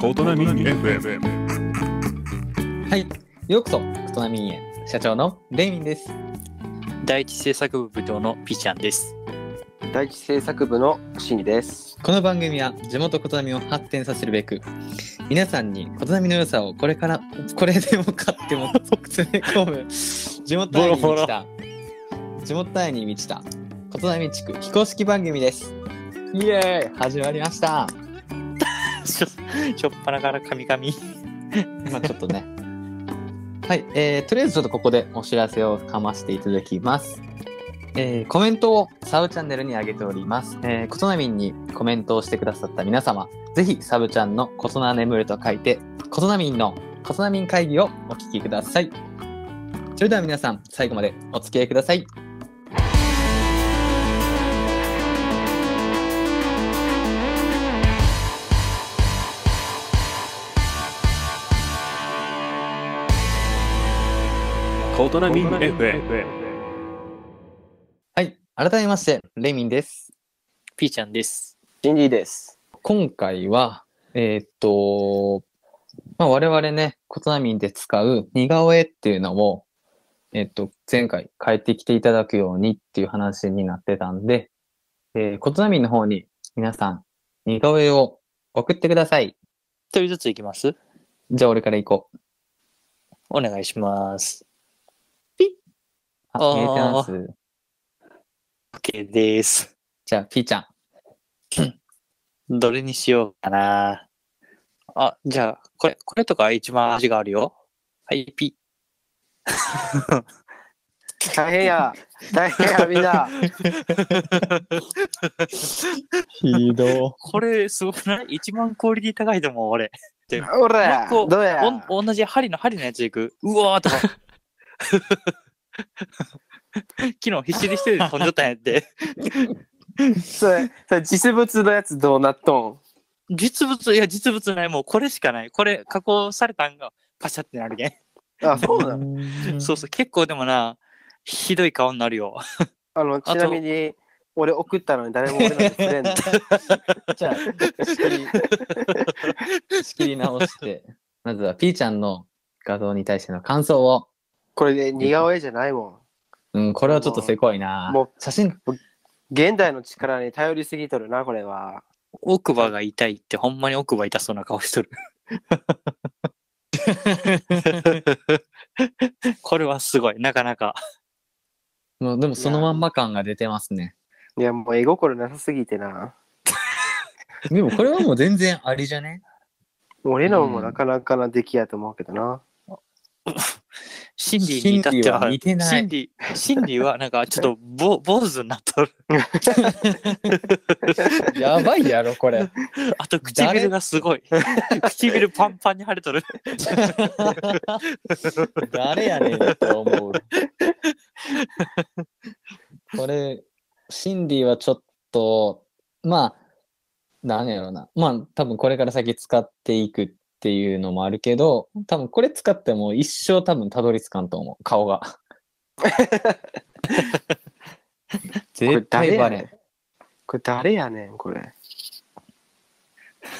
大人に FM はい、ようこそ、大人民営社長のレイミンです。第一制作部部長のピーちゃんです。 第一制作部のシニです。この番組は地元ことなみを発展させるべく、皆さんにことなみの良さをこれから、これでもかっても詰め込む、地元愛にボ満ロちボた、地元愛に満ちた、ことなみ地区非公式番組です。イエーイ始まりました。しょしょっぱなからカミカミ。まあちょっとね。はい、えーとりあえずちょっとここでお知らせをかましていただきます。えーコメントをサブチャンネルに上げております。えー、ことなみんにコメントをしてくださった皆様、ぜひサブちゃんのことな眠ると書いて、ことなみんのことなみん会議をお聞きください。それでは皆さん、最後までお付き合いください。大人に FM はい、改めまして、レミンです。ピーちゃんです。シニです。今回は、えーっと、まあ、我々ね、コトナミンで使う似顔絵っていうのを、えーっと、前回変えてきていただくようにっていう話になってたんで、えー、コトナミンの方に皆さん、似顔絵を送ってください。一人ずついきますじゃあ俺から行こう。お願いします。あ、あー見えてます。 OK です。じゃあ、ピーちゃん。どれにしようかな。あ、じゃあ、これ、これとか一番味があるよ。はい、ピ大変や、大変や、みんな。ひど。これ、すごくない一番クオリティ高いと思う、俺。おら、もう一個どうや。おん同じ針の針のやついく。うわーとか。 昨日必死で一人で飛んじゃったんやって。それ、それ実物のやつどうなっと実物、いや、実物ない。もうこれしかない。これ、加工されたんが、パシャってなるけん。ん。あ、そうなの。のそうそう、結構でもな、ひどい顔になるよ。あの、ちなみに、俺送ったのに誰も俺なんてくれんの。じゃあ、仕切り、仕切り直して、まずはピーちゃんの画像に対しての感想を。これで似顔絵じゃないもん。うん、これはちょっとせこいな。もう写真、現代の力に頼りすぎとるな、これは。奥歯が痛いって、ほんまに奥歯痛そうな顔 しとる。これはすごい、なかなか。もうでもそのまんま感が出てますね。いや、もう絵心なさすぎてな。でもこれはもう全然ありじゃね俺のもなかなかな出来やと思うけどな。シンディに至っては、シンディは似てないシンディ、シンディはな んかちょっとぼ坊主になっとる。 やばいやろ、これ。あと唇がすごい。唇パンパンに腫れとる。誰やねんって思う。これ、シンディはちょっと、まあ、なんやろな。まあ、多分これから先使っていくっていうのもあるけど、多分これ使っても一生多分たどり着かんと思う、顔が。絶対バレん。これ誰やねん、これ。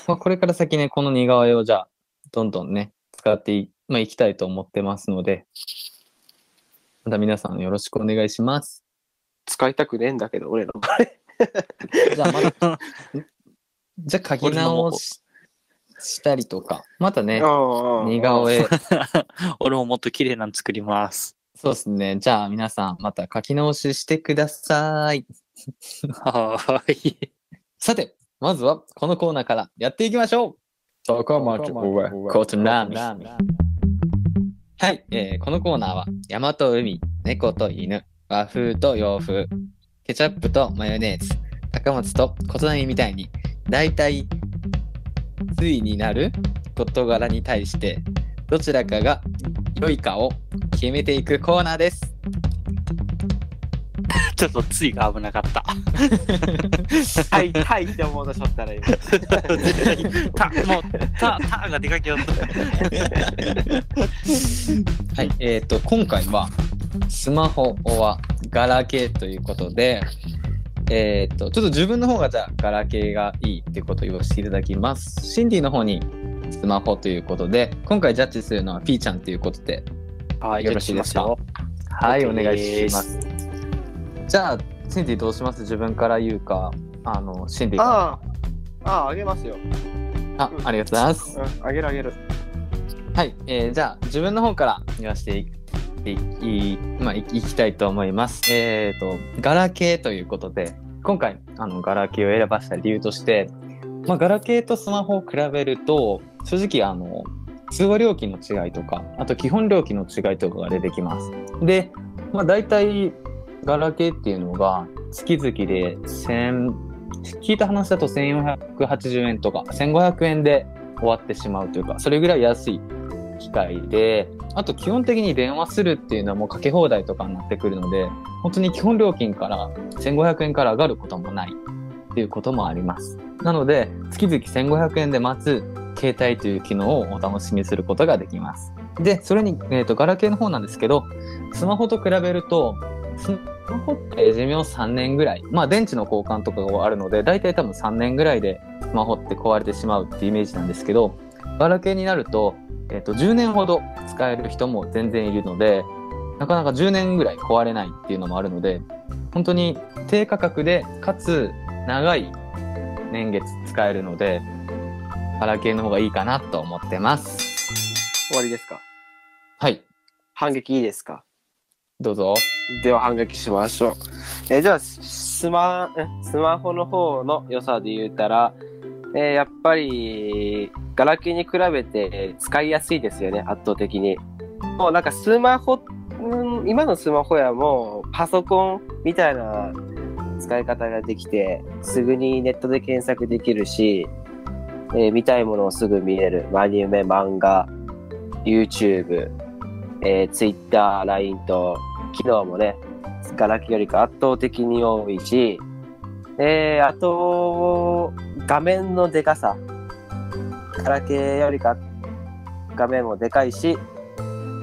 まあ、これから先ね、この似顔絵をじゃあ、どんどんね、使ってい,、まあ、いきたいと思ってますので、また皆さんよろしくお願いします。使いたくねえんだけど、俺の。 じゃあ、また、じゃあ、書き直ししたりとか、またね、似似顔絵、 俺ももっと綺麗なの作 ります。そうですね、じゃあ皆さん、また書き直ししてください。はーい。さて、まずはこのコーナーからやっていきましょうそこまではことなみはい、えーこのコーナーは山と海、猫と犬、和風と洋風、ケチャップとマヨネーズ、高松とことなみみたいに、大体、ついになる事柄に対して、どちらかが良いかを決めていくコーナーです。ちょっとついが危なかった。はい、はいって思うとしょったら今。 絶対にた、もう、た、たが出かけようと。はい、えっ、と、今回は、スマホはガラケーということで、えっ、と、ちょっと自分の方がじゃあ、ガラケーがいいってことを言わせていただきます。シンディの方に、スマホということで、今回ジャッジするのは P ちゃんということで、はい、よよろろししいいでですすかよ。はい、お OK 願いでします。じゃあ、シンディどうします自分から言うか、あの、シンディからああ、ああ、あげますよ。あうんありがとうございます。うん、あげるあげる。はい、えーじゃあ、自分の方から言わせていいいまあ、いいきたいと思います。えっ、と、ガラケーということで、今回、あの、ガラケーを選ばした理由として、まあ、ガラケーとスマホを比べると、正直、あの、通話料金の違いとか、あと基本料金の違いとかが出てきます。で、まあ、大体、ガラケーっていうのが、月々で1000、聞いた話だと1480円とか、1500円で終わってしまうというか、それぐらい安い機械で、あと基本的に電話するっていうのはもうかけ放題とかになってくるので、本当に基本料金から1500円から上がることもないっていうこともあります。なので、月々1500円で待つ携帯という機能をお楽しみすることができます。で、それに、えっ、と、ガラケーの方なんですけど、スマホと比べると、スマホって寿命3年ぐらい、まあ電池の交換とかがあるので、大体多分3年ぐらいでスマホって壊れてしまうっていうイメージなんですけど、ガラケーになると、えっと10年ほど使える人も全然いるのでなかなか10年ぐらい壊れないっていうのもあるので本当に低価格でかつ長い年月使えるのでガラケーの方がいいかなと思ってます終わりですかはい反撃いいですかどうぞでは反撃しましょう。えーじゃあ、スマ、えスマホの方の良さで言うたら、えーやっぱり、ガラケーに比べて使いやすいですよね、圧倒的に。もうなんかスマホ、うん今のスマホやもうパソコンみたいな使い方ができて、すぐにネットで検索できるし、えー見たいものをすぐ見れる。アニメ、漫画、YouTube、えー Twitter、LINE と、機能もね、ガラケーよりか圧倒的に多いし、えー、あと、画面のでかさ。ガラケーよりか画面もでかいし、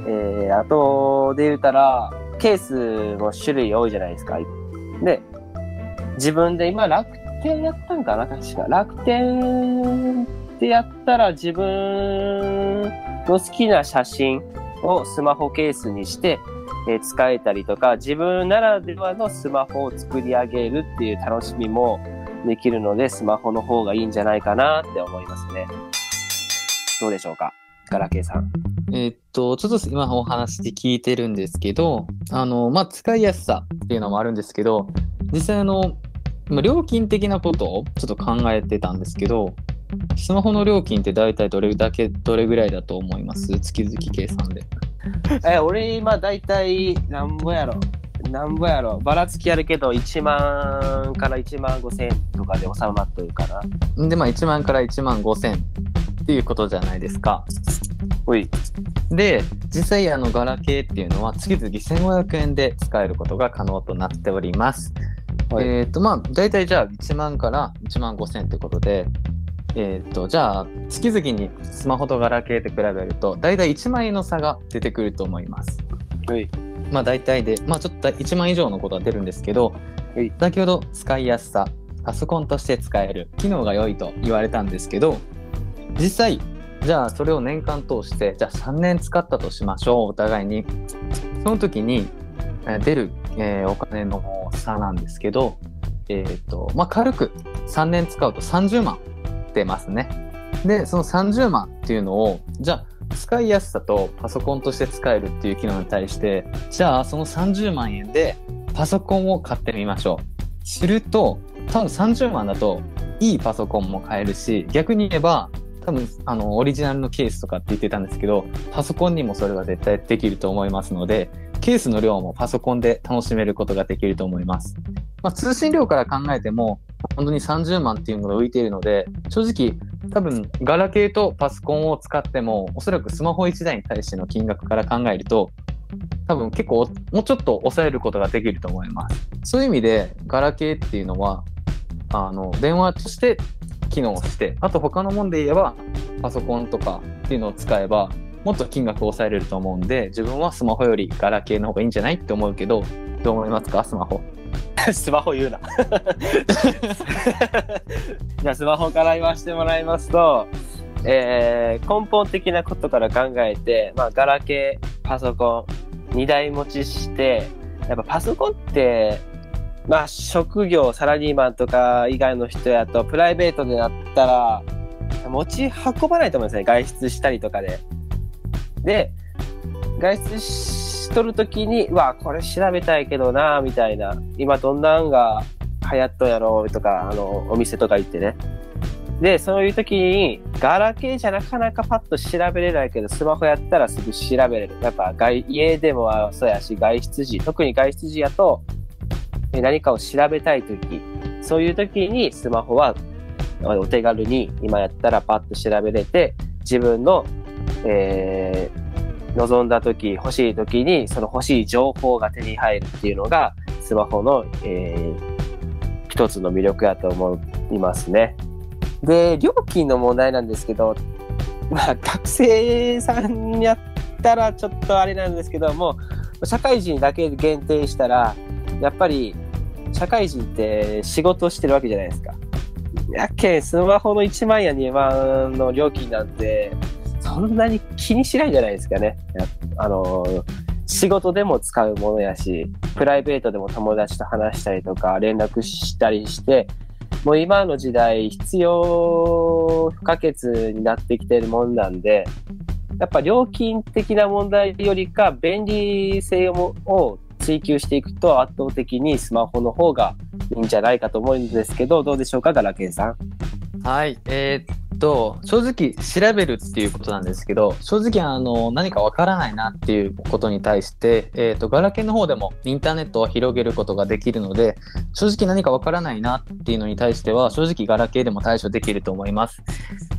えー、あとで言うたら、ケースも種類多いじゃないですか。で、自分で今楽天やったんかな確か。楽天でやったら自分の好きな写真をスマホケースにして、えー使えたりとか、自分ならではのスマホを作り上げるっていう楽しみもできるので、スマホの方がいいんじゃないかなって思いますね。どうでしょうかガラケーさん。えーっと、ちょっと今お話聞いてるんですけど、あの、まあ、使いやすさっていうのもあるんですけど、実際あの、まあ料金的なことをちょっと考えてたんですけど、スマホの料金って大体どれだけ、どれぐらいだと思います月々計算で。えー俺今大体、なんぼやろ。なんぼやろ。ばらつきあるけど、1万から1万5千円とかで収まっとるかな。で、まあ、1万から1万5千っていうことじゃないですか。おい。で、実際あのガラケーっていうのは月々1500円で使えることが可能となっております。はいえっ、とまあ大体じゃあ1万から1万5000ってことで、えっ、とじゃあ月々にスマホとガラケーで比べると大体1万円の差が出てくると思います。はい。まあ大体で、まあちょっと1万以上のことは出るんですけど、はい先ほど使いやすさ、パソコンとして使える、機能が良いと言われたんですけど、実際、じゃあそれを年間通して、じゃあ3年使ったとしましょう、お互いに。その時にえー出る、えーお金の差なんですけど、えっ、と、まあ軽く3年使うと30万出ますね。で、その30万っていうのを、じゃあ使いやすさとパソコンとして使えるっていう機能に対してじゃあその30万円でパソコンを買ってみましょうすると多分30万だといいパソコンも買えるし逆に言えば多分あのオリジナルのケースとかって言ってたんですけどパソコンにもそれが絶対できると思いますのでケースの量もパソコンで楽しめることができると思います、まあ、通信量から考えても本当に30万っていうのが浮いているので正直多分ガラケーとパソコンを使ってもおそらくスマホ1台に対しての金額から考えると多分結構もうちょっと抑えることができると思いますそういう意味でガラケーっていうのはあの電話として機能してあと他のもんで言えばパソコンとかっていうのを使えばもっと金額を抑えれると思うんで自分はスマホよりガラケーの方がいいんじゃないって思うけどどう思いますかスマホスマホ言うな。じゃあスマホから言わせてもらいますと、えー根本的なことから考えて、まあ、ガラケー、パソコン、二台持ちして、やっぱパソコンって、まあ、職業、サラリーマンとか以外の人やと、プライベートでなったら、持ち運ばないと思うんですね。外出したりとかで。で、外出しとるときに、うわ、これ調べたいけどな、みたいな。今どんなんが流行っとんやろ、とか、あの、お店とか行ってね。で、そういう時に、ガラケーじゃなかなかパッと調べれないけど、スマホやったらすぐ調べれる。やっぱ外、家でもそうやし、外出時、特に外出時やと、え何かを調べたい時、そういう時にスマホはあのお手軽に今やったらパッと調べれて、自分の、えー望んだ時、欲しい時に、その欲しい情報が手に入るっていうのが、スマホの、えー一つの魅力やと思いますね。で、料金の問題なんですけど、 まあ、学生さんやったらちょっとあれなんですけども、社会人だけ限定したら、やっぱり、社会人って仕事してるわけじゃないですか。やっけん、スマホの1万や2万の料金なんて、そんなに気にしないじゃないですかね。やっあの、仕事でも使うものやし、プライベートでも友達と話したりとか、連絡したりして、もう今の時代必要不可欠になってきてるもんなんで、やっぱ料金的な問題よりか便利性をを追求していくと圧倒的にスマホの方がいいんじゃないかと思うんですけど、どうでしょうか、ガラケンさん。はい、えーっと、正直調べるっていうことなんですけど、正直あの何かわからないなっていうことに対して、えーっと、ガラケーの方でもインターネットを広げることができるので、正直何かわからないなっていうのに対しては、正直ガラケーでも対処できると思います。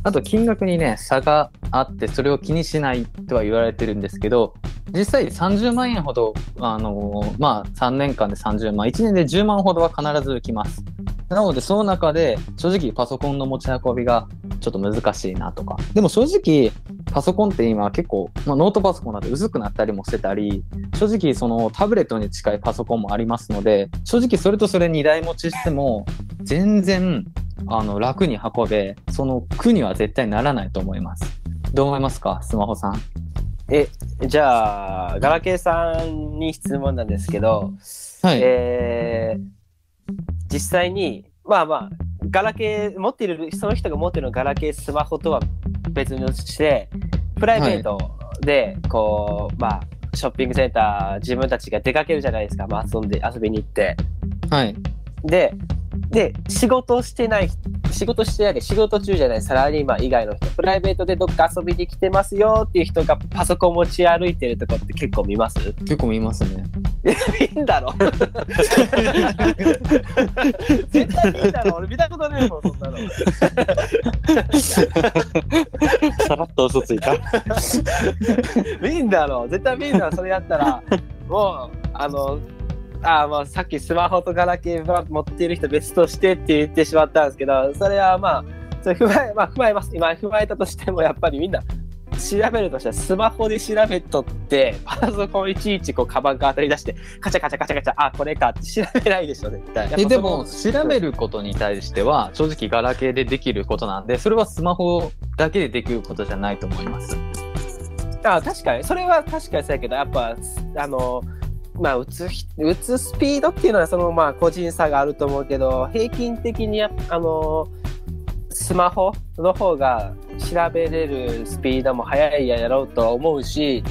あと、金額にね、差があって、それを気にしないとは言われてるんですけど、実際30万円ほど、あのまあ、3年間で30万、1年で10万ほどは必ず浮きます。なので、その中で、正直パソコンの持ち運びがちょっと難しいなとか。でも正直、パソコンって今結構、まあ、ノートパソコンだと薄くなったりもしてたり、正直そのタブレットに近いパソコンもありますので、正直それとそれ2台持ちしても、全然、あの、楽に運べ、その苦には絶対ならないと思います。どう思いますかスマホさん。え、じゃあ、ガラケンさんに質問なんですけど、はい。えー実際に、まあまあ、ガラケー、持っている、その人が持っているガラケースマホとは別にして、プライベートで、こう、まあ、ショッピングセンター、自分たちが出かけるじゃないですか、まあ、遊んで、遊びに行って。はい。で、で、仕事してない、仕事してないで、仕事中じゃないサラリーマン以外の人、プライベートでどっか遊びに来てますよっていう人がパソコン持ち歩いてるとこって結構見ます結構見ますね。見んだろ 絶対見んだろ俺見たことないもん、そんなの。さらっと嘘ついた。 見んだろ絶対見んだろそれやっ たらもうあのあまあさっきスマホとガラケーは持っている人別としてって言ってしまったんですけどそれはまあそれ踏まえまあ踏まえます今踏まえたとしてもやっぱりみんな調べるとしたらスマホで調べとってパソコンいちいちこうカバンから当たり出してカチャカチャカチャカチャあこれかって調べないでしょ絶対えでも調べることに対しては正直ガラケーでできることなんでそれはスマホだけでできることじゃないと思います。あ確かにそれは確かにそうやけどやっぱあのまあ打つひ打つスピードっていうのはそのまあ個人差があると思うけど平均的にやっあのスマホの方が調べれるスピードも速いやろうとは思うし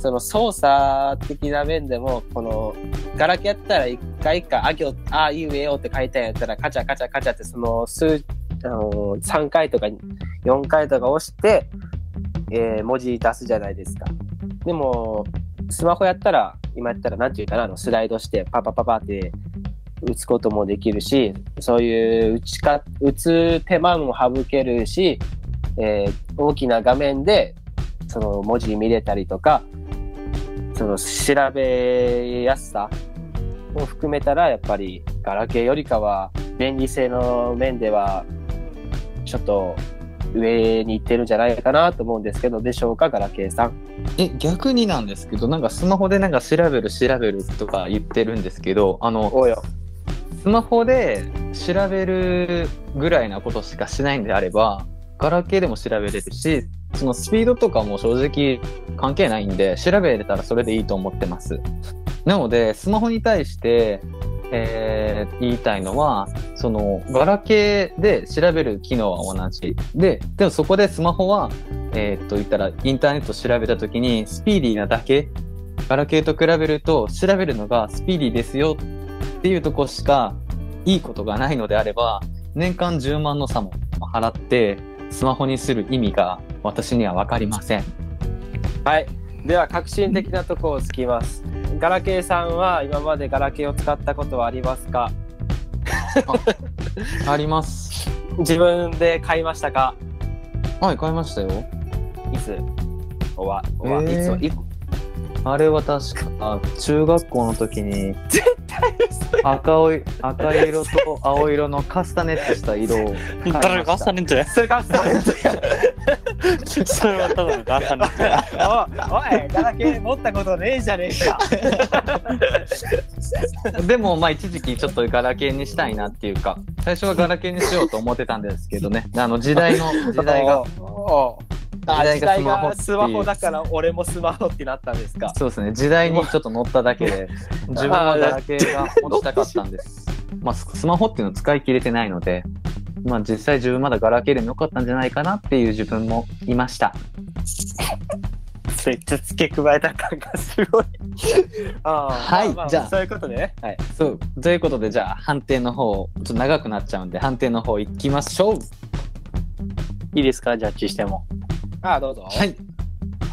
その操作的な面でもこのガラケーやったら一回一回あ行あいうえおって書いたんやったらカチャカチャカチャってその数あの3回とか4回とか押してえー文字出すじゃないですか。でも、スマホやったら、今やったら、なんていうかな、あのスライドして、パパパパって打つこともできるし、そういう打ちか、打つ手間も省けるし、えー大きな画面で、その文字見れたりとか、その調べやすさを含めたら、やっぱり、ガラケーよりかは、便利性の面では、ちょっと、上に行ってるんじゃないかなと思うんですけどでしょうかガラケーさん。え逆になんですけどなんかスマホでなんか調べる調べるとか言ってるんですけどあのおうよ。スマホで調べるぐらいなことしかしないんであればガラケーでも調べれるし、そのスピードとかも正直関係ないんで、調べれたらそれでいいと思ってます。なので、スマホに対して、えー言いたいのは、その、ガラケーで調べる機能は同じ。で、でもそこでスマホは、えーっと言ったら、インターネット調べた時に、スピーディーなだけ、ガラケーと比べると、調べるのがスピーディーですよっていうとこしか、いいことがないのであれば、年間10万の差も払って、スマホにする意味が私には分かりません。はい。では、革新的なとこをつきます。ガラケーさんは今までガラケーを使ったことはありますかあります。自分で買いましたかはい、買いましたよ。いつおわ、おわ、えーいついあれは確か、中学校の時に、赤おい赤色と青色のカスタネットした色を買いました。誰が朝練ってそれがさ、それはただのガサなんだおい、おい、ガラケー持ったことねえじゃねえか。でも、まあ、一時期ちょっとガラケーにしたいなっていうか、最初はガラケーにしようと思ってたんですけどね、あの時代 の、時代が、おう。あ時代時が代スマホっがていうスマホだから俺もスマホってなったんですかそうですね、時代にちょっと乗っただけ で、自分はガラケーが持ちたかったんです。まあ、ススマホっていうのを使い切れてないので、まあ、実際自分まだガラケーでもよかったんじゃないかなっていう自分もいました。めっちゃ付け加加えた感がすごいああはいまあまあじゃあそういうことでねはいそう、ということで、じゃあ判定の方、ちょっと長くなっちゃうんで、判定の方いきましょう。いいですかジャッジしてもああどうぞはい。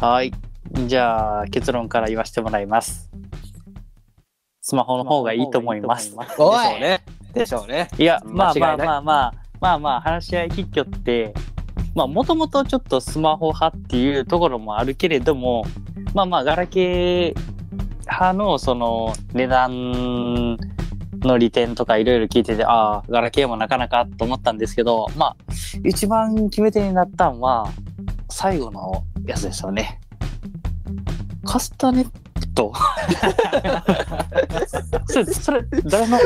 はいじゃあ結論から言わせてもらいますスマホの方がいいと思いますおでしょういねでしょうねいや、まあま間違あいないまあまあ、まあまあ、話し合い結局って、まあもともとちょっとスマホ派っていうところもあるけれども、まあまあ、ガラケー派のその値段の利点とかいろいろ聞いてて、ああ、ガラケーもなかなかと思ったんですけど、まあ、一番決め手になったんは、最後のやつですよね。カスタネット それ、それ、誰の、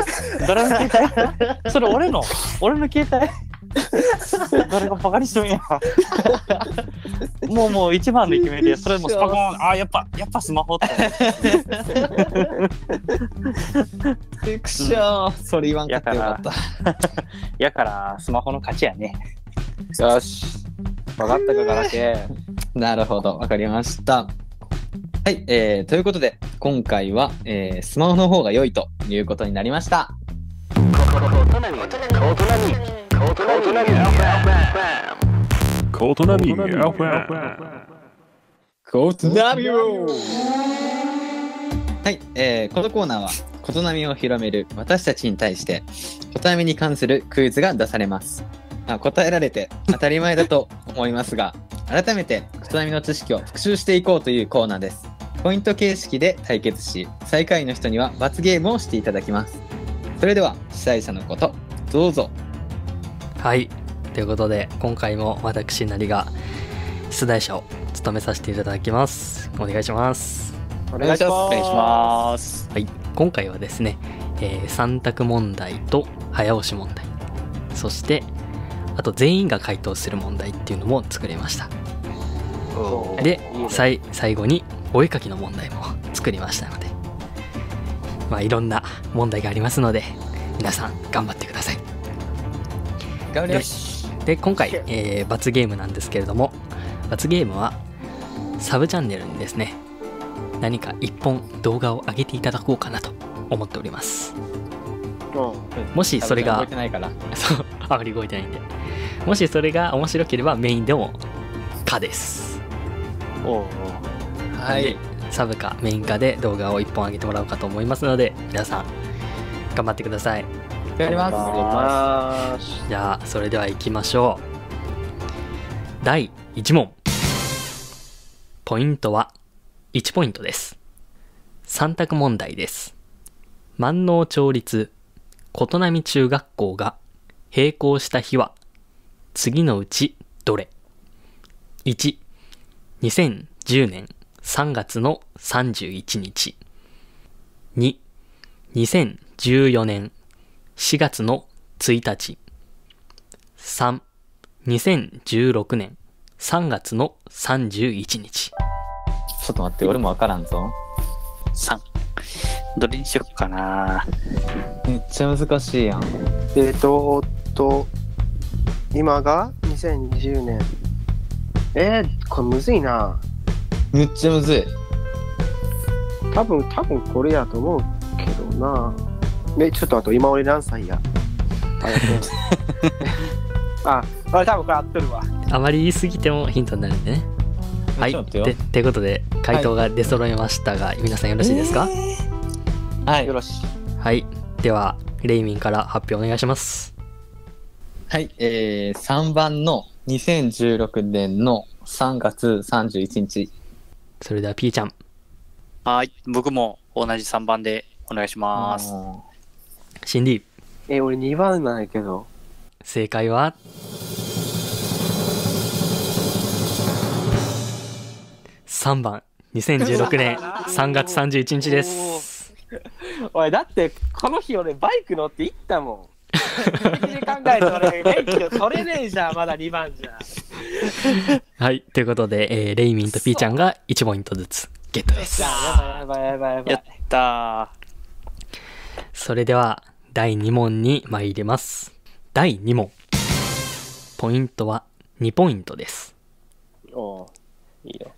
誰の携帯 それ俺の、俺の携帯 誰がバカにしてもいいや。 もうもう一番の決め手、それもうスパコン、ああ、やっぱ、やっぱスマホって。くしょー。それ言わんかったよかった。 やから、スマホの勝ちやね。よし分かったかガラケーなるほど、わかりました。はい、えー、ということで、今回は、えー、スマホの方が良いということになりました。コートナミ FM コートナミをはい、えーこのコーナーは、コトナミを広める私たちに対して、コトナミに関するクイズが出されます。まあ、答えられて当たり前だと思いますが、改めてコトナミの知識を復習していこうというコーナーです。ポイント形式で対決し、最下位の人には罰ゲームをしていただきます。それでは、主催者のこと、どうぞ。はい。ということで、今回も私なりが出題者を務めさせていただきます。お願いします。お願いしますお願いします。はい。今回はですね、え3択問題と早押し問題。そして、あと全員が回答する問題っていうのも作りました。で、さい最後にお絵かきの問題も作りましたので、まあいろんな問題がありますので、皆さん頑張ってください。頑張りますで今回、えー罰ゲームなんですけれども罰ゲームはサブチャンネルにですね何か一本動画を上げていただこうかなと思っておりますもしそれがてないから。そうあまり動いてないんでもしそれが面白ければメインでも「か」ですおうおうはい。サブかメインかで動画を一本上げてもらおうかと思いますので皆さん頑張ってくださいやります。頑張りますじゃあそれでは行きましょう第1問ポイントは1ポイントです3択問題です万能町立琴波中学校が閉校した日は次のうちどれ ?12010 年3月の31日22014年4月の1日3 2016年3月の31日。ちょっと待って、俺もわからんぞ。 3。どれにしよっかな。めっちゃ難しいやん。えーと、おっと、今が2020年。えー、これむずいな。めっちゃむずい。多分、多分これやと思うけどな。え、ちょっと待って、今俺何歳 やあ、俺多分これ合ってるわ。あまり言い過ぎてもヒントになるんでね。はい。ちょっと待ってよててことで回答が出揃いましたが、皆さんよろしいですか、はいよ。ろしい。はい。では、レイミンから発表お願いします。はい、えー、3番の2016年の3月31日。それでは、ピーちゃん。はい。僕も同じ3番でお願いします。ーシンディ、え、俺2番なんやけど。正解は3番、2016年3月31日です。おい、だって、この日俺バイク乗って行ったもん。一時間ぐらいで俺、免許取れねえじゃん、まだ2番じゃ。はい。ということで、えーレイミンとピーちゃんが1ポイントずつゲットです。やばいやばいやばいやばいや。ったそれでは第2問に参ります第2問ポイントは2ポイントですおういいよ。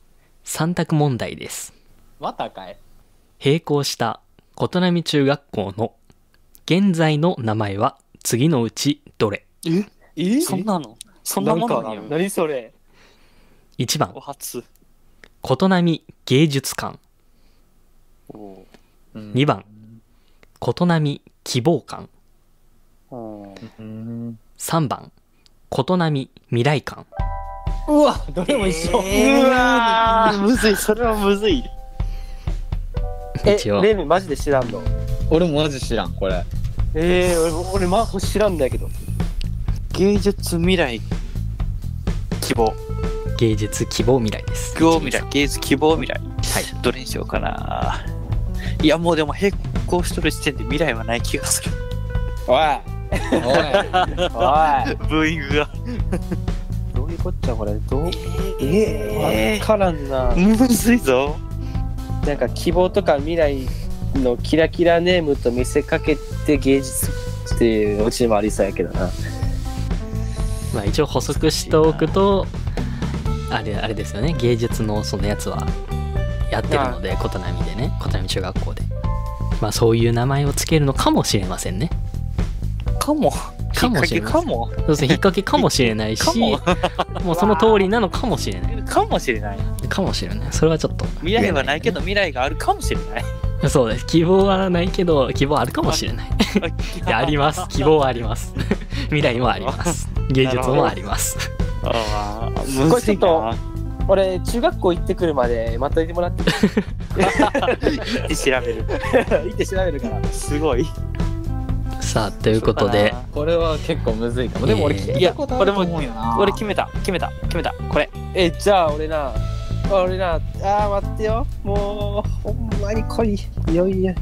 3択問題ですまたかい。並行した琴波中学校の現在の名前は次のうちどれー。そんなのそんなものなんや。何それ1番お初。琴波芸術館おうん2番琴波希望館お。うん3番琴波未来館うわ、どれも一緒。うわーむずい、それはむずい。え、一応レミマジで知らんの俺もマジ知らん、これ。えー、俺、俺、まあ、知らんだけど。芸術未来希望芸術希望未来です希望未来芸術希望未来はいどれにしようかないやもうでも並行しとる時点で未来はない気がする おい、おい。おい。ブーイングがどういうこっちゃ、これ。どうえわからんな。むずいぞなんか希望とか未来のキラキラネームと見せかけて芸術っていううちもありそうやけどな。まあ、一応補足しておくとあれあれですよね芸術のそのやつはやってるので琴波でね琴波中学校でまあそういう名前をつけるのかもしれませんねかもかもしれ引っま掛けかせんもそうですね引っ掛けかもしれないしかももうその通りなのかもしれないかもしれないかもしれないそれはちょっと未来はないけど未来があるかもしれない そうです希望はないけど希望あるかもしれないいやあります希望はあります未来もあります芸術もあります ああこむれちずょいっとな俺、中学校行ってくるまで待っといてもらって、行って調べる行って調べるから。 すごいさあということでこれは結構むずいかも。でも俺えー聞いたことあると思うよな。俺決めた決めた決めたこれえ、じゃあ俺な、俺な、あー待ってよ。もう、ほんまに来い。いよいよ。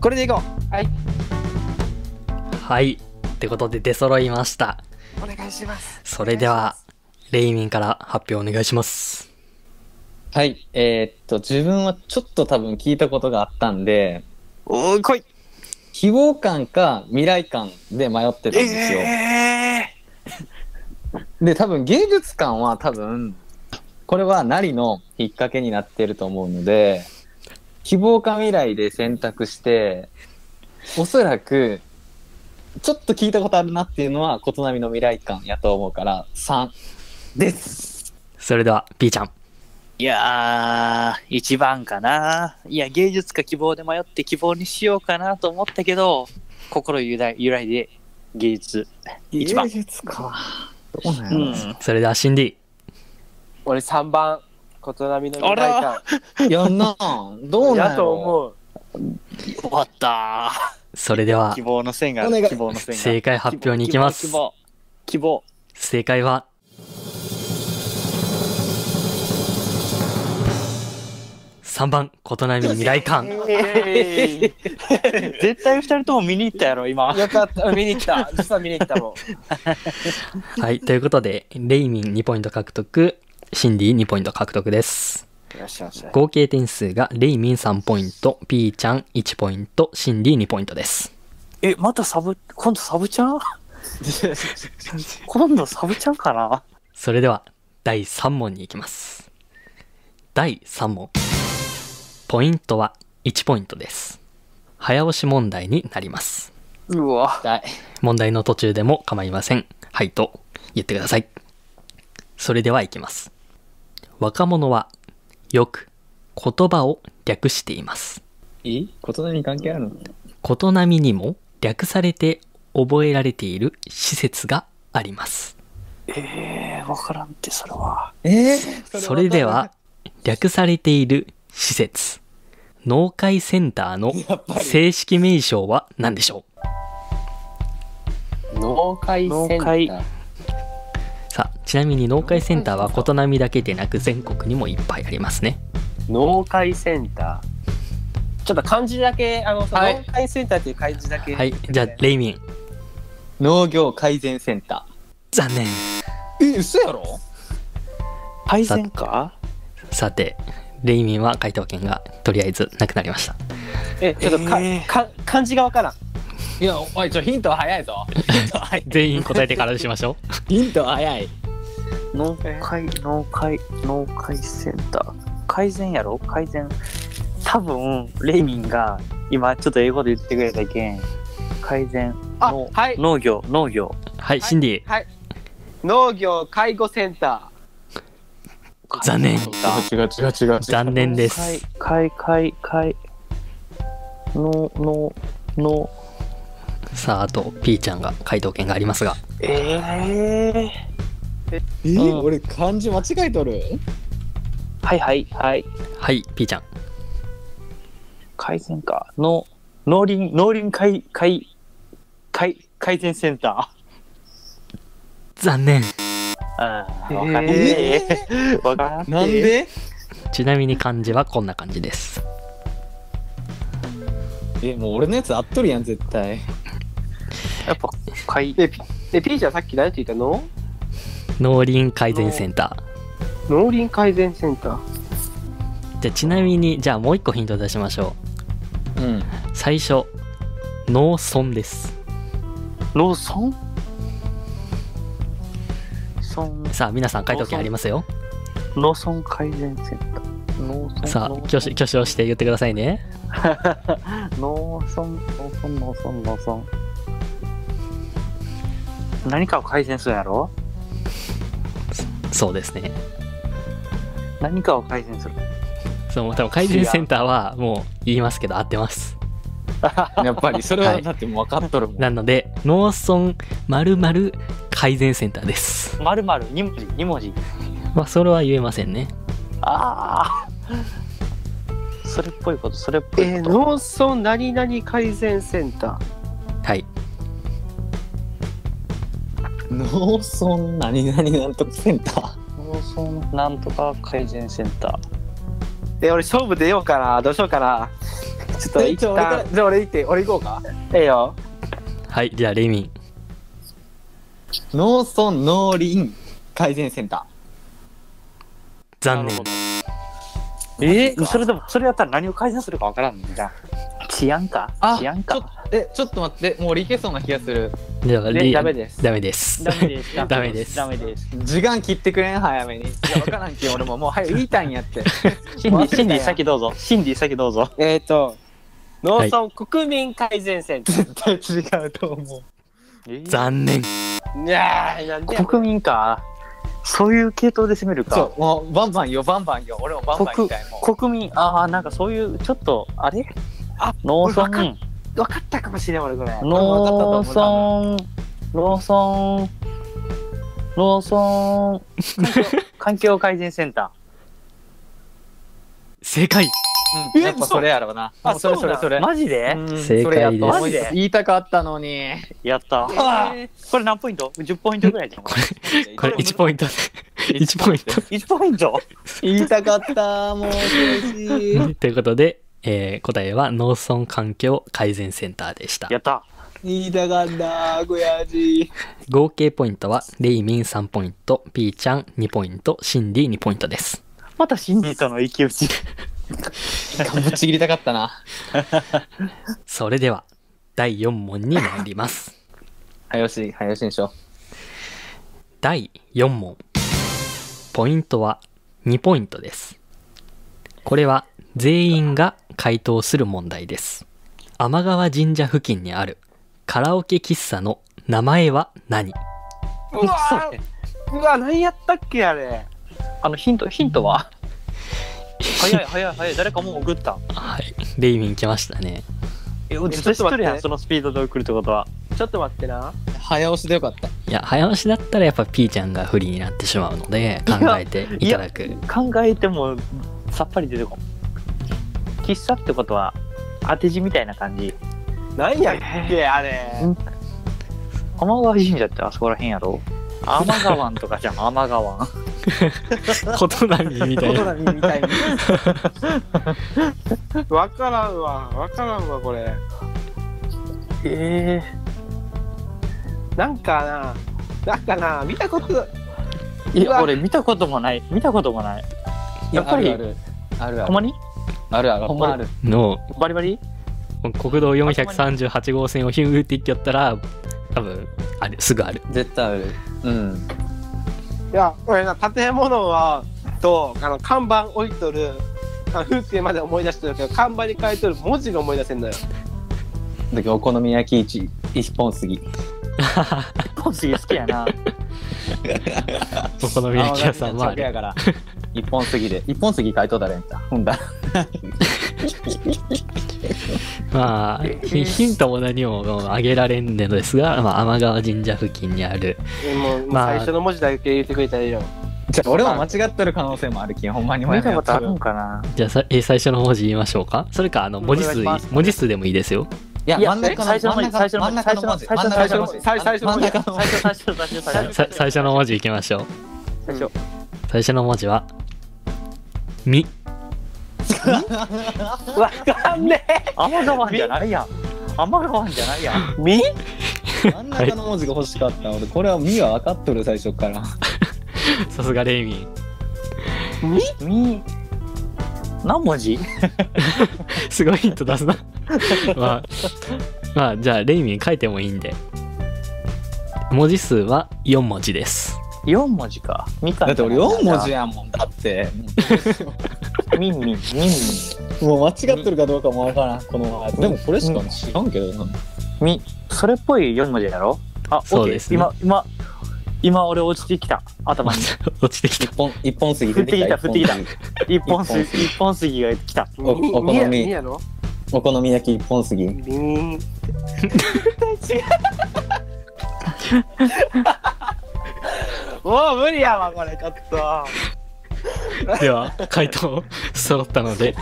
これでいこう。はい。はいってことで出揃いましたお願いします。それでは、レイミンから発表お願いします。はい、えーっと、自分はちょっと多分聞いたことがあったんで、おー来い希望感か未来感で迷ってたんですよ。えで、多分芸術館は多分、これはなりの引っ掛けになってると思うので、希望か未来で選択して、おそらく、ちょっと聞いたことあるなっていうのは、琴波の未来感やと思うから、3です。それでは、ピーちゃん。いやー、一番かな。いや、芸術か希望で迷って希望にしようかなと思ったけど、心揺らい揺らいで芸術。一番。術か。どうなうんやろん。それでは、シンディ。俺3番、琴波の未来あ館。やんなどうなんややとろ思う。終わったそれでは希、望の線が、お願い希望の線が。正解発表に行きます希。望。希望。正解は、 3番、琴波未来館。 絶対二人とも見に行ったやろ、今。よかった。 見に行った。実は見に行ったもん。はい、ということで、レイミン2ポイント獲得、シンディ2ポイント獲得です。よっしゃよっしゃ。合計点数がレイミン3ポイント、ピーちゃん1ポイント、シンディ2ポイントです。え、またサブ、今度サブちゃ ん今度サブちゃんかなそれでは、第3問に行きます。第3問。ポイントは1ポイントです。早押し問題になります。うわ。痛い。問題の途中でも構いません。はいと言ってください。それでは行きます。若者はよく言葉を略しています。いいことなに関係あるのことなみにも略されて覚えられている施設があります。えー、わからんって、それは。ええそれでは、略されている施設、農会センターの正式名称は何でしょう農会センタ農ー。さあ、ちなみに農会センターはことなみだけでなく全国にもいっぱいありますね。農会センター。ちょっと漢字だけ、あの、そのはい農会センターっていう漢字だけ。はい、じゃあ、レイミン。農業改善センタ残念。ー。え、嘘やろ配線かさて、レイミンは回答権がとりあえずなくなりました。え、ちょっとか、えーか漢字がわからん。いや、おい、ちょ、ヒントは早いぞ。ヒントは早い。全員答えてからにしましょう。ヒントは早い。農会、農会、農会センター。改善やろ改善。多分、レイミンが今ちょっと英語で言ってくれたけん。改善。あ、農はい。農業、農業。はい、シンディ。農業介護センタ残念。違う違う違う。残念です。。海海海のののさあ、あと、ピーちゃんが回答権がありますが。えー、えうん俺、漢字間違えとるはいはいはいはい、ピーちゃん。改善かの農林農林改改改改善センタ残念。ーああわえーかんねえわかんねえなんでちなみに漢字はこんな感じです。え、もう俺のやつ合っとるやん、絶対。やっぱ改えピー。で、ピーちゃんさっき何て言ったの農林改善センタ農林改善センター。ー。じゃあちなみに、じゃあもう一個ヒント出しましょうん。う。最初、農村です。農村村さあ、皆さん回答権ありますよ。農村改善センター農村さあ、挙手、挙手をして言ってくださいね。農村農村農村農村何かを改善するやろそうですね。何かを改善するそう、もう多分改善センターはもう言いますけど合ってます。やっぱり、それははいだってもう分かっとるもん。なので、農村〇〇改善センターです。まるまる2文字2文字まあ、それは言えませんね。ああそれっぽいことそれっぽえーいこと、農村何々改善センタはい。農村何々なんとかセンター。農村なんとか改善センタえ、俺勝負出ようかな。どうしようかな。ちょっとえ一じゃあ俺から旦。じゃあ俺行って、俺行こうか。ええよ。はい、じゃあ、レイミン。農村農林改善センタ残念。ーえー、それでもそれやったら何を改善するかわからんねんじゃあ治安かー。治安かちょえ、ちょっと待って、もう俺いけそうな気がする。じゃあ、でレイダメですダメです。ですダメですダメです時間切ってくれん、早めに。いや、わからんけん、俺ももう早く言いたいんや って。シンディシンディ先どうぞシンディ先どうぞえっ、ー、と、農はい村国民改善センター。絶対違うと思う。 残念。いやー、なんでや国民かそういう系統で攻めるかそう、もうバンバンよ、バンバンよ。俺もバンバン行きたいもん。国民ああなんかそういうちょっとあれあ農村わかっわかったかもしれん、俺これ。農村農村農村環境改善センタ正解。うん、やっぱそれやろうな。あもうそれそれそれー。マジでうん正解ですそれやと思いマジで言いたかったのに。やったあーこれ何ポイント ?10 ポイントぐらいじゃんこれ1ポイントで1ポイント。 1ポイント言いたかった。もう悔しい。ということで、えー答えは農村環境改善センターでした。やった言いたかった。悔しい。合計ポイントは、レイミン3ポイント、ピーちゃん2ポイント、シンディ2ポイントです。またシンディとの一騎打ち。かぶちぎりたかったな。それでは、第4問に参 ります。早押し、早押しにしよ第4問ポイントは2ポイントですこれは全員が回答する問題です天川神社付近にあるカラオケ喫茶の名前は何うわ ーうわ何やったっけあれあの、ヒント、ヒントは早い早い早い。誰かもう送った。はいレイミン来ましたねえ、ずっと一人やん、そのスピードで送るってことは。ちょっと待ってなう。早押しでよかった。いや早押しだったらやっぱピーちゃんが不利になってしまうので考えていただく考えてもさっぱり出てこん。喫茶ってことは、当て字みたいな感じ。何やっけあれ天川神社ってあそこらへんやろ天川湾とかじゃん、天川湾。ことなぎみたいなみたいにわからんわわからんわこれえー、なんかななんかな見たこというわや、俺見たこともない。見たこともない。やっぱりあるある。あほんるまにあるある。ほんまにある。のバリバリ国道438号線をヒューって行っちゃったら多分あれすぐある絶対ある。うん。いや俺な建物はとあの看板置いとるあ風景まで思い出してるけど看板に書いとる文字が思い出せんのよだけどお好み焼き一一本すぎ。コンス好きやな。お好み焼き屋さんはああるやから。一本すぎで。一本すぎ回答だれんた。ほんだ。まあ、ヒヒントも何もあげられんのですが、まあ、天川神社付近にある、えもう、もうまあ最初の文字だけ言ってくれたらいいよじゃあ俺は間違ってる可能性もあるきほんまにも見やめたよこうとあるんかなじゃあさ、えー最初の文字言いましょうかそれか、あの、文字お願数いします、文字数でもいいですよ。いや、いや真ん中の最初の文字真ん中の文字最初の真ん中の文字最初の真文ん字中の文最字初、最初、最初、最初。さ最初の文字いきましょう。最初最初の文字は、み。わかんねえ天川湾じゃないやん。天川湾じゃないやん。み真ん中の文字が欲しかった。俺、これはみは分かっとる、最初から。さすがレイミン。み、何文字すごいヒント出す な。まあ、まあ、じゃあ、レイミン書いてもいいんで。文字数は4文字です。 ?4 文字か。みかん だって俺、4文字や。やもん。だって。みんみん、みんみん。もう間違ってるかどうかもわからん、この。でもこれしか知らんけどな。み、それっぽい4文字やろあ、そう OK ですね今、今、今俺落ちてきた。頭に。落ちてきた。一本、一本 杉出てきた。降ってきた一本杉一本一本す、す一本杉が来た。おお好みみみやろお好み焼き一本杉。み おお、無理やわ、これ、ちょっと。 では、回答、揃ったので、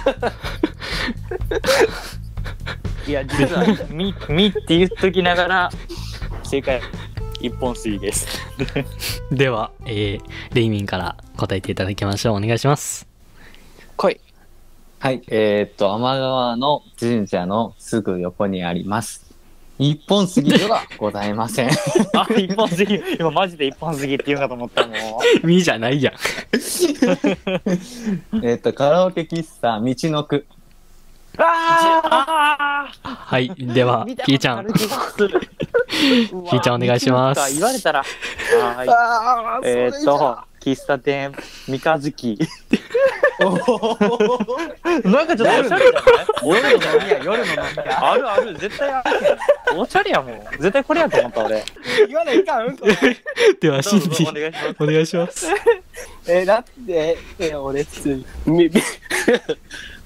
いや、実は、み、みって言っときながら、正解、一本杉です。では、えーレイミンから答えていただきましょう。お願いします。はい、えーっと、天川の神社のすぐ横にあります。一本杉ではございま せん。あ、一本杉、今マジで一本杉って言うかと思ったもん。みじゃないやん。えーっと、カラオケ喫茶、道のく。ああはい。では、ピーちゃん、ピーちゃんお願いしま言われす。たら。はああい。えーっと、喫茶店、三日月。なんかちょっとおしゃれ夜のじゃない飲み屋、夜の飲み屋。あるある、絶対あるやん。おしゃれやもん。絶対これやと思った俺。言わないかんで は、シンデおィ、願いします。お願いします。えだってえ俺普通に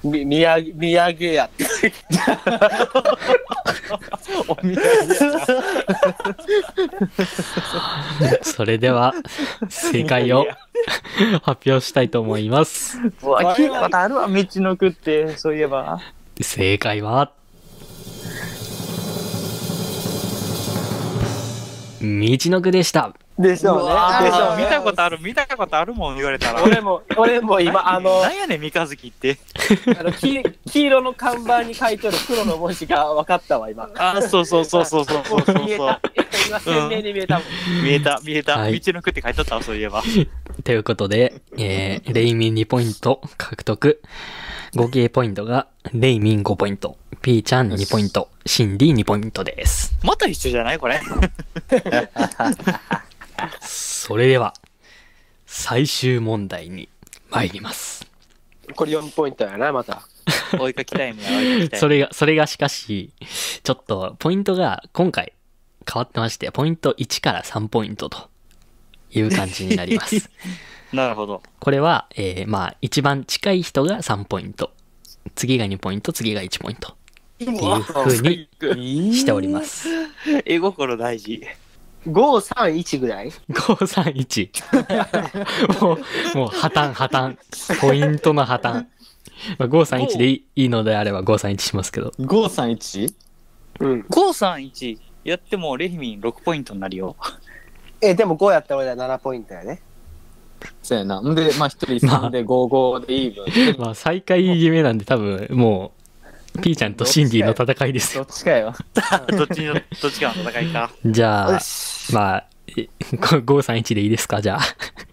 みみみ みやみやげやってお土産それでは、正解を発表したいと思います。うわ、聞いたことあるわ、道のくって、そういえば。正解は、道のくでした。でしょうね。うわーでしょうーね見たことある、見たことあるもん言われたら。俺も、俺も今、あの、なんやねん、三日月って。あの黄黄色の看板に書いてる黒の文字が分かったわ、今。あ、そうそうそうそうそうそうそう見えた。今、鮮明に見えたもん。見えた、見えた。はい道のくって書いとったわ、そういえ ば。ということで、えー、レイミン2ポイント獲得。合計ポイントが、レイミン5ポイント、ピーちゃん2ポイント、シンディ2ポイントです。また一緒じゃないこれ。それでは、最終問題に参ります。これ4ポイントやな、また。追いかきタ イムや、追いかきタそイム。れが、それがしかし、ちょっと、ポイントが今回変わってまして、ポイント1から3ポイントという感じになります。なるほど。これは、えーまあ、一番近い人が3ポイント。次が2ポイント、次が1ポイント。っていう風にしております。 絵心大事。 5、3、1ぐらい531。もう、もう破綻、破綻。ポイントの破綻。まあ、531でいいいいのであれば531しますけど。 531? うん。 531やってもレヒミン6ポイントになるよ。え、でも5やったら俺ら7ポイントやね。そうやな。んで、まあ、1人ま3あで55でイーブ ン。まあ、最下位決めなんで多分、もう、ピーちゃんとシンディの戦いですどっよ。ちかよ。 どっちの、どっちかの戦いか。じゃよあ、し。まあ、え531でいいですかじゃ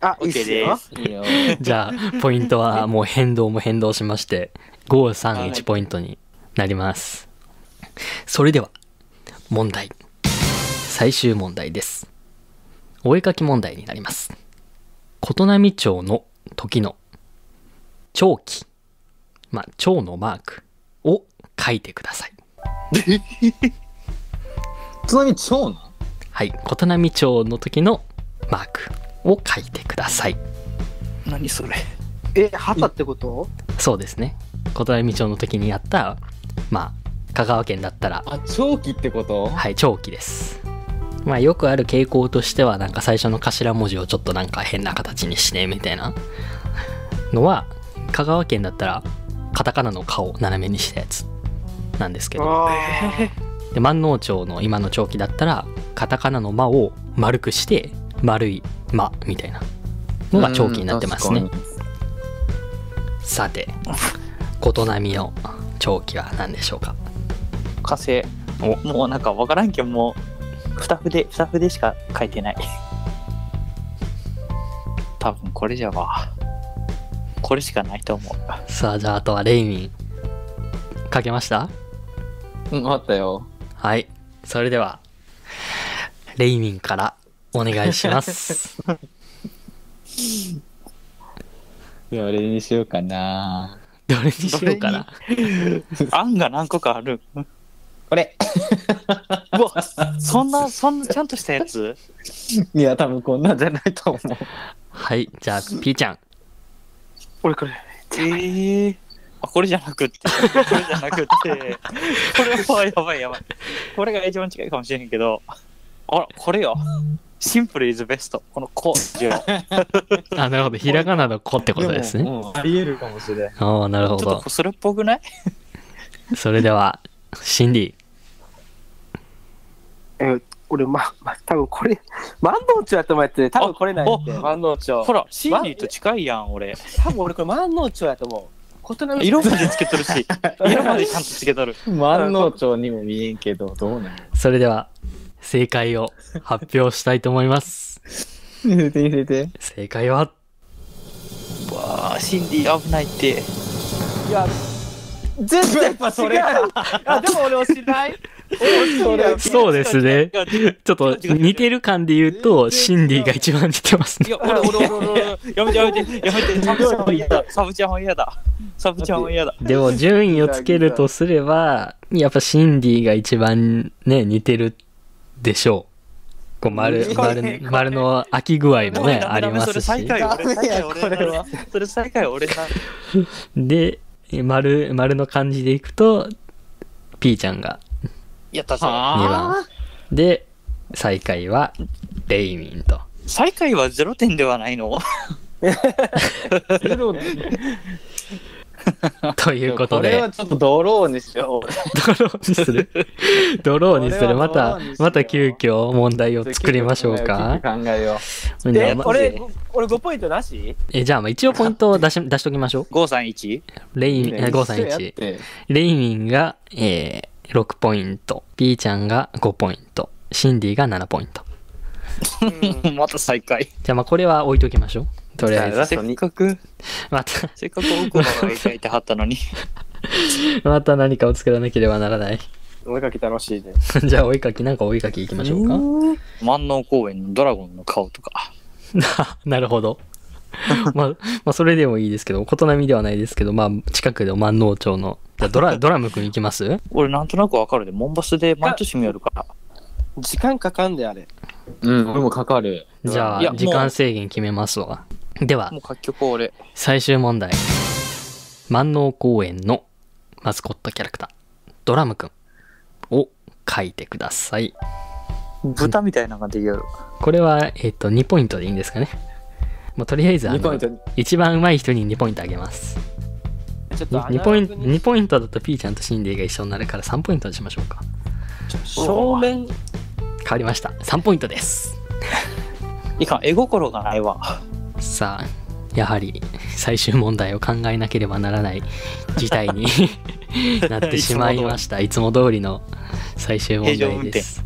あ。あ、いいっ OK すでよ。す。いいよ。じゃあ、ポイントはもう変動も変動しまして、531ポイントになります。それでは、問題。最終問題です。お絵かき問題になります。琴波町の時の、長期、まあ、蝶のマークを書いてください。ちなみに、超なはい、琴波町の時のマークを書いてください。何それ。え、旗ってことそうですね。琴波町の時にやった、まあ、香川県だったら、あ、長期ってことはい、長期です。まあ、よくある傾向としては、なんか最初の頭文字をちょっとなんか変な形にして、みたいなのは、香川県だったら、カタカナの顔を斜めにしたやつなんですけど、あで万能町の今の長期だったら、カタカナの間を丸くして、丸い間みたいなのが長期になってますねうん。。確かにさて、琴波の長期は何でしょうか火星。もうなんかわからんけん、もう、二筆、二筆しか書いて ない。多分これじゃわ。これしかないと思う。 さあ、じゃあ、あとはレイミン。書けましたうん、わかったよ。はい。それでは、レイミンからお願いします。どれにしようかな。 どれにしようかな。案が何個かある。これ。うわ、そんな、そんなちゃんとしたやついや、多分こんなんじゃないと思う。はい。じゃあ、ピーちゃん。 俺これ。ええあ、これじゃなくって。これじゃなくって。 これはやばいやばい。これが一番近いかもしれへんけど。あら、これよ。シンプルイズベスト。このコージちあ、なるほど。ひらがなの子ってことですね。もうんあり得るかもしれん。ああ、なるほょっどと。それっぽくないそれでは、シンディ。え、俺、ま、ま、多分これ、万能町やったもんやって、多分これないって。あ万能町。ほら、シンリーと近いやん、俺。多分俺これ万能町やと思う。琴波色までつけとる し。色まで ちゃんとつけとる。万能町にも見えんけど、ど うなそれでは、正解を発表したいと思います。の入れて入れて。正解は、わあ、シンリー危ないって。全然やっぱそれ。あ、でも俺押しない。俺それ。そうですね。ちょっと似てる感で言うと、シンディが一番似てますいね。や、俺、俺、俺、俺、やめて、やめて、やめて、サブちゃんは嫌だ。サブちゃんは嫌だ。サブちゃんは嫌だ。でも、順位をつけるとすれば、やっぱシンディが一番ね、似てるでしょう。こう丸、丸、丸の空き具合もね、ありまそれす最し。下位俺、最下位ダメやこれ俺は。それ最下位俺な。で、丸、丸の感じでいくと、ピーちゃんがやったぞ。 2は番。で、最下位は、レイミ ンと。最下位は0点ではないのあ。ゼロということこれでは、ちょっとドローにしよう。ドローに する。ドローにすこれる。はまたドローにしよ、うまた急遽問題を作りましょうか。考えよじゃえあ、ま俺、俺5ポイントなしえじゃあまあ一応ポイントを出し、 出しときましょう。531? う。レイミン、えね531。レイミンが、えー、6ポイント。ピーちゃんが5ポイント。シンディが7ポイント。 また再開。じゃあまあこれは置いときましょう。とりあえず。せっかく、また、 せっかく奥野が書いてはったのに。また何かを作らなければならない。 お絵かき楽しいね。じゃあお絵かき、なんかお絵かきいきましょうか。万能公園のドラゴンの顔とか。ななるほど。 まあ、まあ、それでもいいですけど、琴波ではないですけど、まあ、近くで万能町の。じゃあドラ、ドラムくん行 きます俺なんとなくわかるで、モンバスで毎年見よるから。時間かかんであれ。うん、俺もかかる。じゃいやあ、もう時間制限決めますわ。ではも、う楽曲俺。最終問題。万能公園のマスコットキャラクター、ドラムくんを書いてください。豚みたいなのができる。これは、えっ、と、2ポイントでいいんですかね。もうとりあえず、あ2ポイのン、ト。一番上手い人に2ポイントあげます。ちょっと穴 2, ポイント2ポイントだと P ちゃんとシンディが一緒になるから3ポイントにしましょうか正面、変わりました3ポイントですいかん、絵心がないわ。さあやはり最終問題を考えなければならない事態 になってしまいましたいつも通りの最終問題です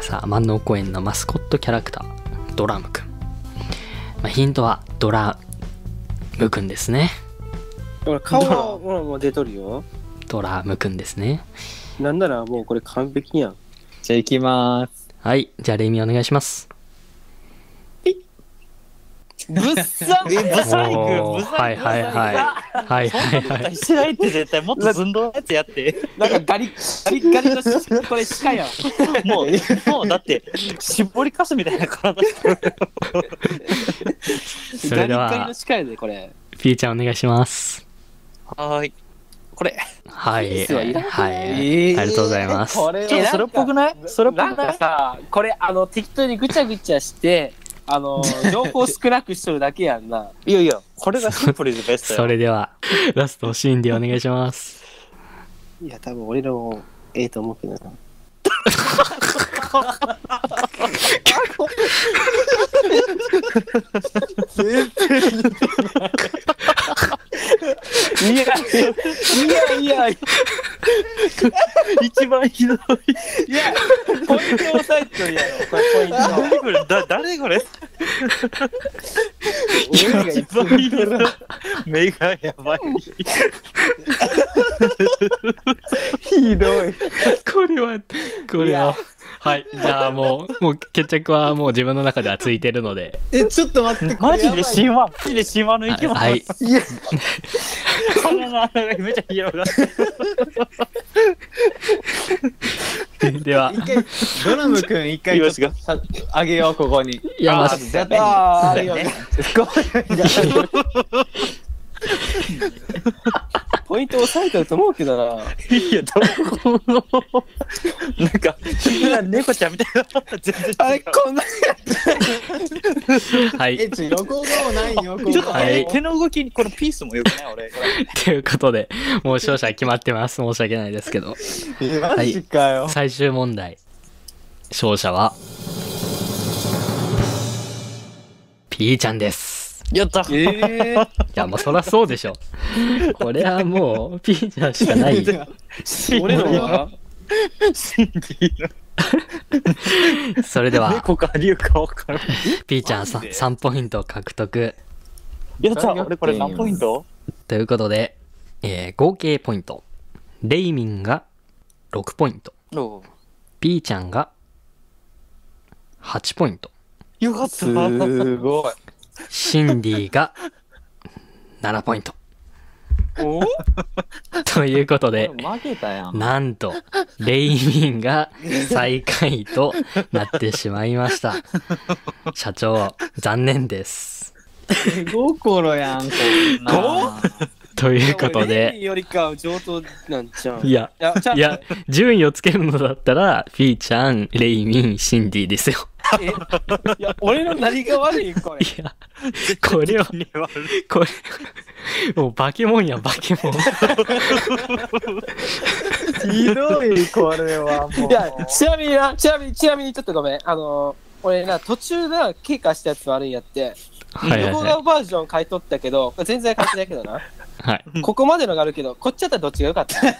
さあ万能公園のマスコットキャラクタードラムくん、まあ、ヒントはドラムくんですね俺顔はほらもう出とるよ。ドラムくんですねなんならもうこれ完璧やん。じゃあ行きまーす。はいじゃあレイミお願いしますぶっさえ、ブサイク、おブーサはイいク。はいはいはいはいはいい。してないって絶対、もっと寸胴のやつやって。なんかガリガリガリのこれしかやん。もう、もうだって、絞りかすみたいな体してる。そガリガれでリはの、しかやでこれ。ピーちゃんお願いします。はーい。これ、はい。すわいらはい。ありがとうございます。れちょっとそれっぽくないそれっぽなんくなかいさ、これあの適当にぐちゃぐちゃして、あの情報少なくしとるだけやんな。いやいや、これがシンプルでベストそよ。れでは、ラストシーンでお願いします。いや多分俺らもええと思うけどな。いや、いやいやい一番ひどい。やポイント押さえとるやろこれポイント。誰これだ誰これ俺らが一番ひどい。目がやばい。これは、これは。はい。じゃあもう、もう決着はもう自分の中ではついてるので。え、ちょっと待って、マジで神話、マジで神話の生き物。はい。鼻の穴がめっちゃ広がってでは、一回、ドラムくん一回いいですかさあげよう、ここに。いや、まあ、やったーありがとう ポイント押さえとると思うけどな。いや、どこの、なんか、猫ちゃんみたいな、全然違う。はい。え、ちょ、横顔ないよ、横顔。ちょっと、はい手の動きに、このピースもよくない俺。ということで、もう勝者決まってます。申し訳ないですけど。マジかよ。最終問題勝者は P ちゃんですやったいやもうそらそうでしょこれはもう P ちゃんしかない俺のはそれでは猫か竜か分からん。 P ちゃんさん3ポイント獲得やった俺これ何ポイントということで、えー合計ポイントレイミンが6ポイント P ちゃんが8ポイントよかった。よごい。シンディが7ポイント ということで負けたやん。なんと、レイミンが最下位となってしまいま した。社長、残念です。手心やん、こんな。ということ 俺で、よりかは上等なんちゃうん。いや、や、じゃあいや、順位をつけるのだったら、フィーちゃん、レイミン、シンディです よ。えいや俺の何が悪いんこれ。いや、これは、これ、もう化け物や、化け物。ひどい、これはもう。いや、ちなみにな、ちなみに、ちなみにちょっとごめん。あのー、俺な、途中な、経過したやつもあるんやって、はいはい横はい。顔バージョン買い取ったけど、全然買ってないけどな。はい、ここまでのがあるけど、こっちだったらどっちが良かったい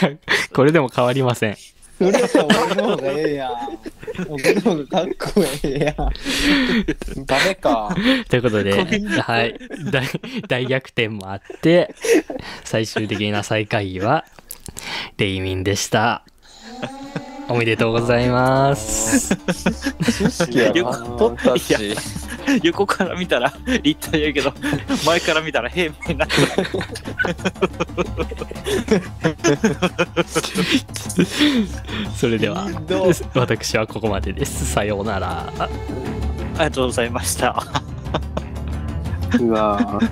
や、これでも変わりません。それやったら俺の方がええやん。俺の方がかっこええやん。ダメか。ということで、はい、大大逆転もあって、最終的な最下位は、レイミンでした。おめでとうございます。よくワンタッチ。横から見たら立体や けど、前から見たら平面な。それでは、私はここまでです。さようなら。ありがとうございました。うわぁ、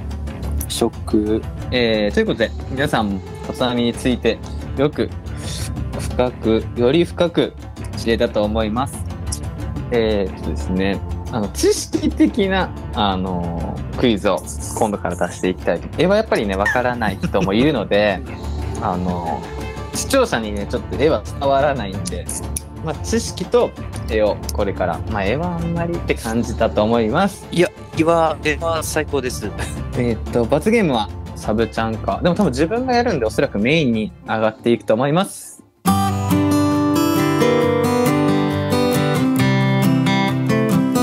ショック。えー、ということで、皆さんも小波についてよく深く、より深く知れたと思います。えー、とですね、あの、知識的な、あのークイズを今度から出していきたい。絵はやっぱりね、わからない人もいるので、 あのー視聴者にね、ちょっと絵は伝わらないんで、まあ、知識と絵をこれから、まあ、絵はあんまりって感じたと思います。今、えー最高です。えーっと、罰ゲームはサブちゃんか。でも多分自分がやるんで、おそらくメインに上がっていくと思います。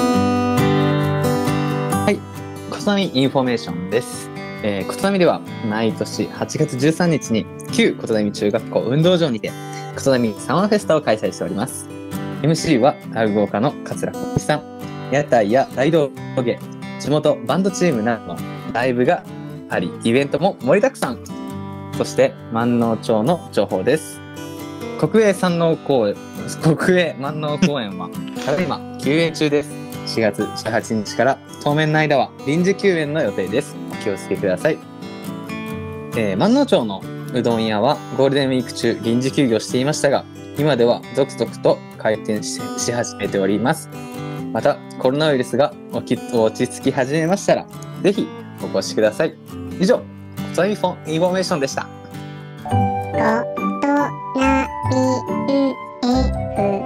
はい。コツナミインフォメーションです。えー、コツナミでは、毎年8月13日に、旧コツナミ中学校運動場にて、コツナミサマーフェスタを開催しております。MC は、落語家の桂小西さん、屋台や大道芸、地元バンドチームなどのライブがあり、イベントも盛りだくさん。そして、万能町の情報です。国営山王公園、国営万能公園は、ただいま休園中です。4月18日から当面の間は臨時休園の予定です。お気をつけください。えー万能町のうどん屋はゴールデンウィーク中臨時休業していましたが、今では続々と開店しし始めております。またコロナウイルスが起き落ち着き始めましたらぜひお越しください以上コツイフォンインフォメーションでしたと、と、な、り、ん、え、ふ、え、る。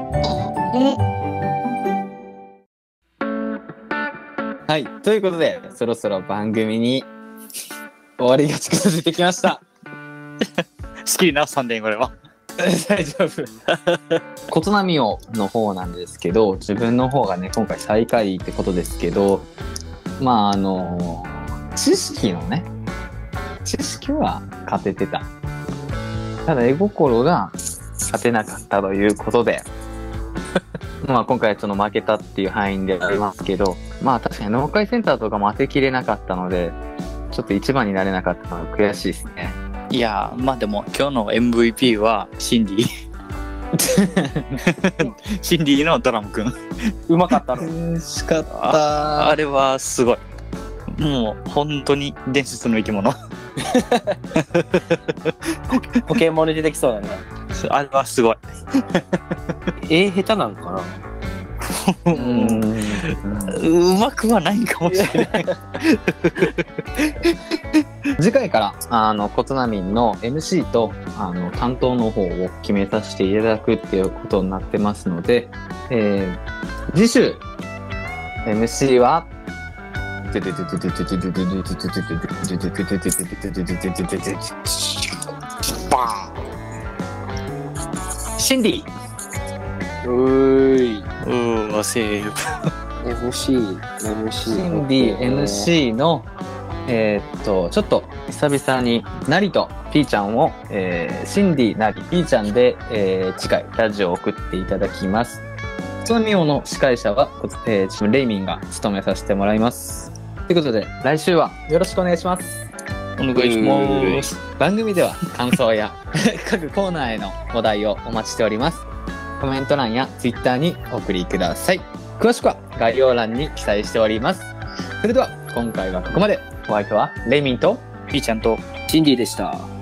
はいということでそろそろ番組に終わりが近づいてきました仕切り直したんで、これは。大丈夫コトナミオの方なんですけど自分の方がね今回最下位ってことですけどまああの知識のね知識は勝ててたただ絵心が勝てなかったということで まあ今回その負けたっていう範囲でありますけどまあ確かに農会センターとかも当てきれなかったのでちょっと一番になれなかったのは悔しいですねいやー、まあでも、今日の MVP は、シンディ。シンディのドラムくん。うまかったの。悔しかったあれはすごい。もう、本当に伝説の生き物。ポケモンに出てきそうだね。あれはすごい。えー、下手なんかなうんうまくはないんかもしれない。次回からあのコトナミンの MC とあの担当の方を決めさせていただくっていうことになってますので、えー次週 MC はシンディうーい。うーわ、セーフ。 MC、MC。シンディ MC のえーっとちょっと久々になりとピーちゃんを、えーシンディなりピーちゃんで、えー次回ラジオを送っていただきますそのミオの司会者は、えーチームレイミンが務めさせてもらいますということで来週はよろしくお願いしますお願いします。番組では感想や 各コーナーへのお題をお待ちしておりますコメント欄や Twitter にお送りください詳しくは概要欄に記載しておりますそれでは今回はここまでお相手はレイミンとピーちゃんとシンディでした。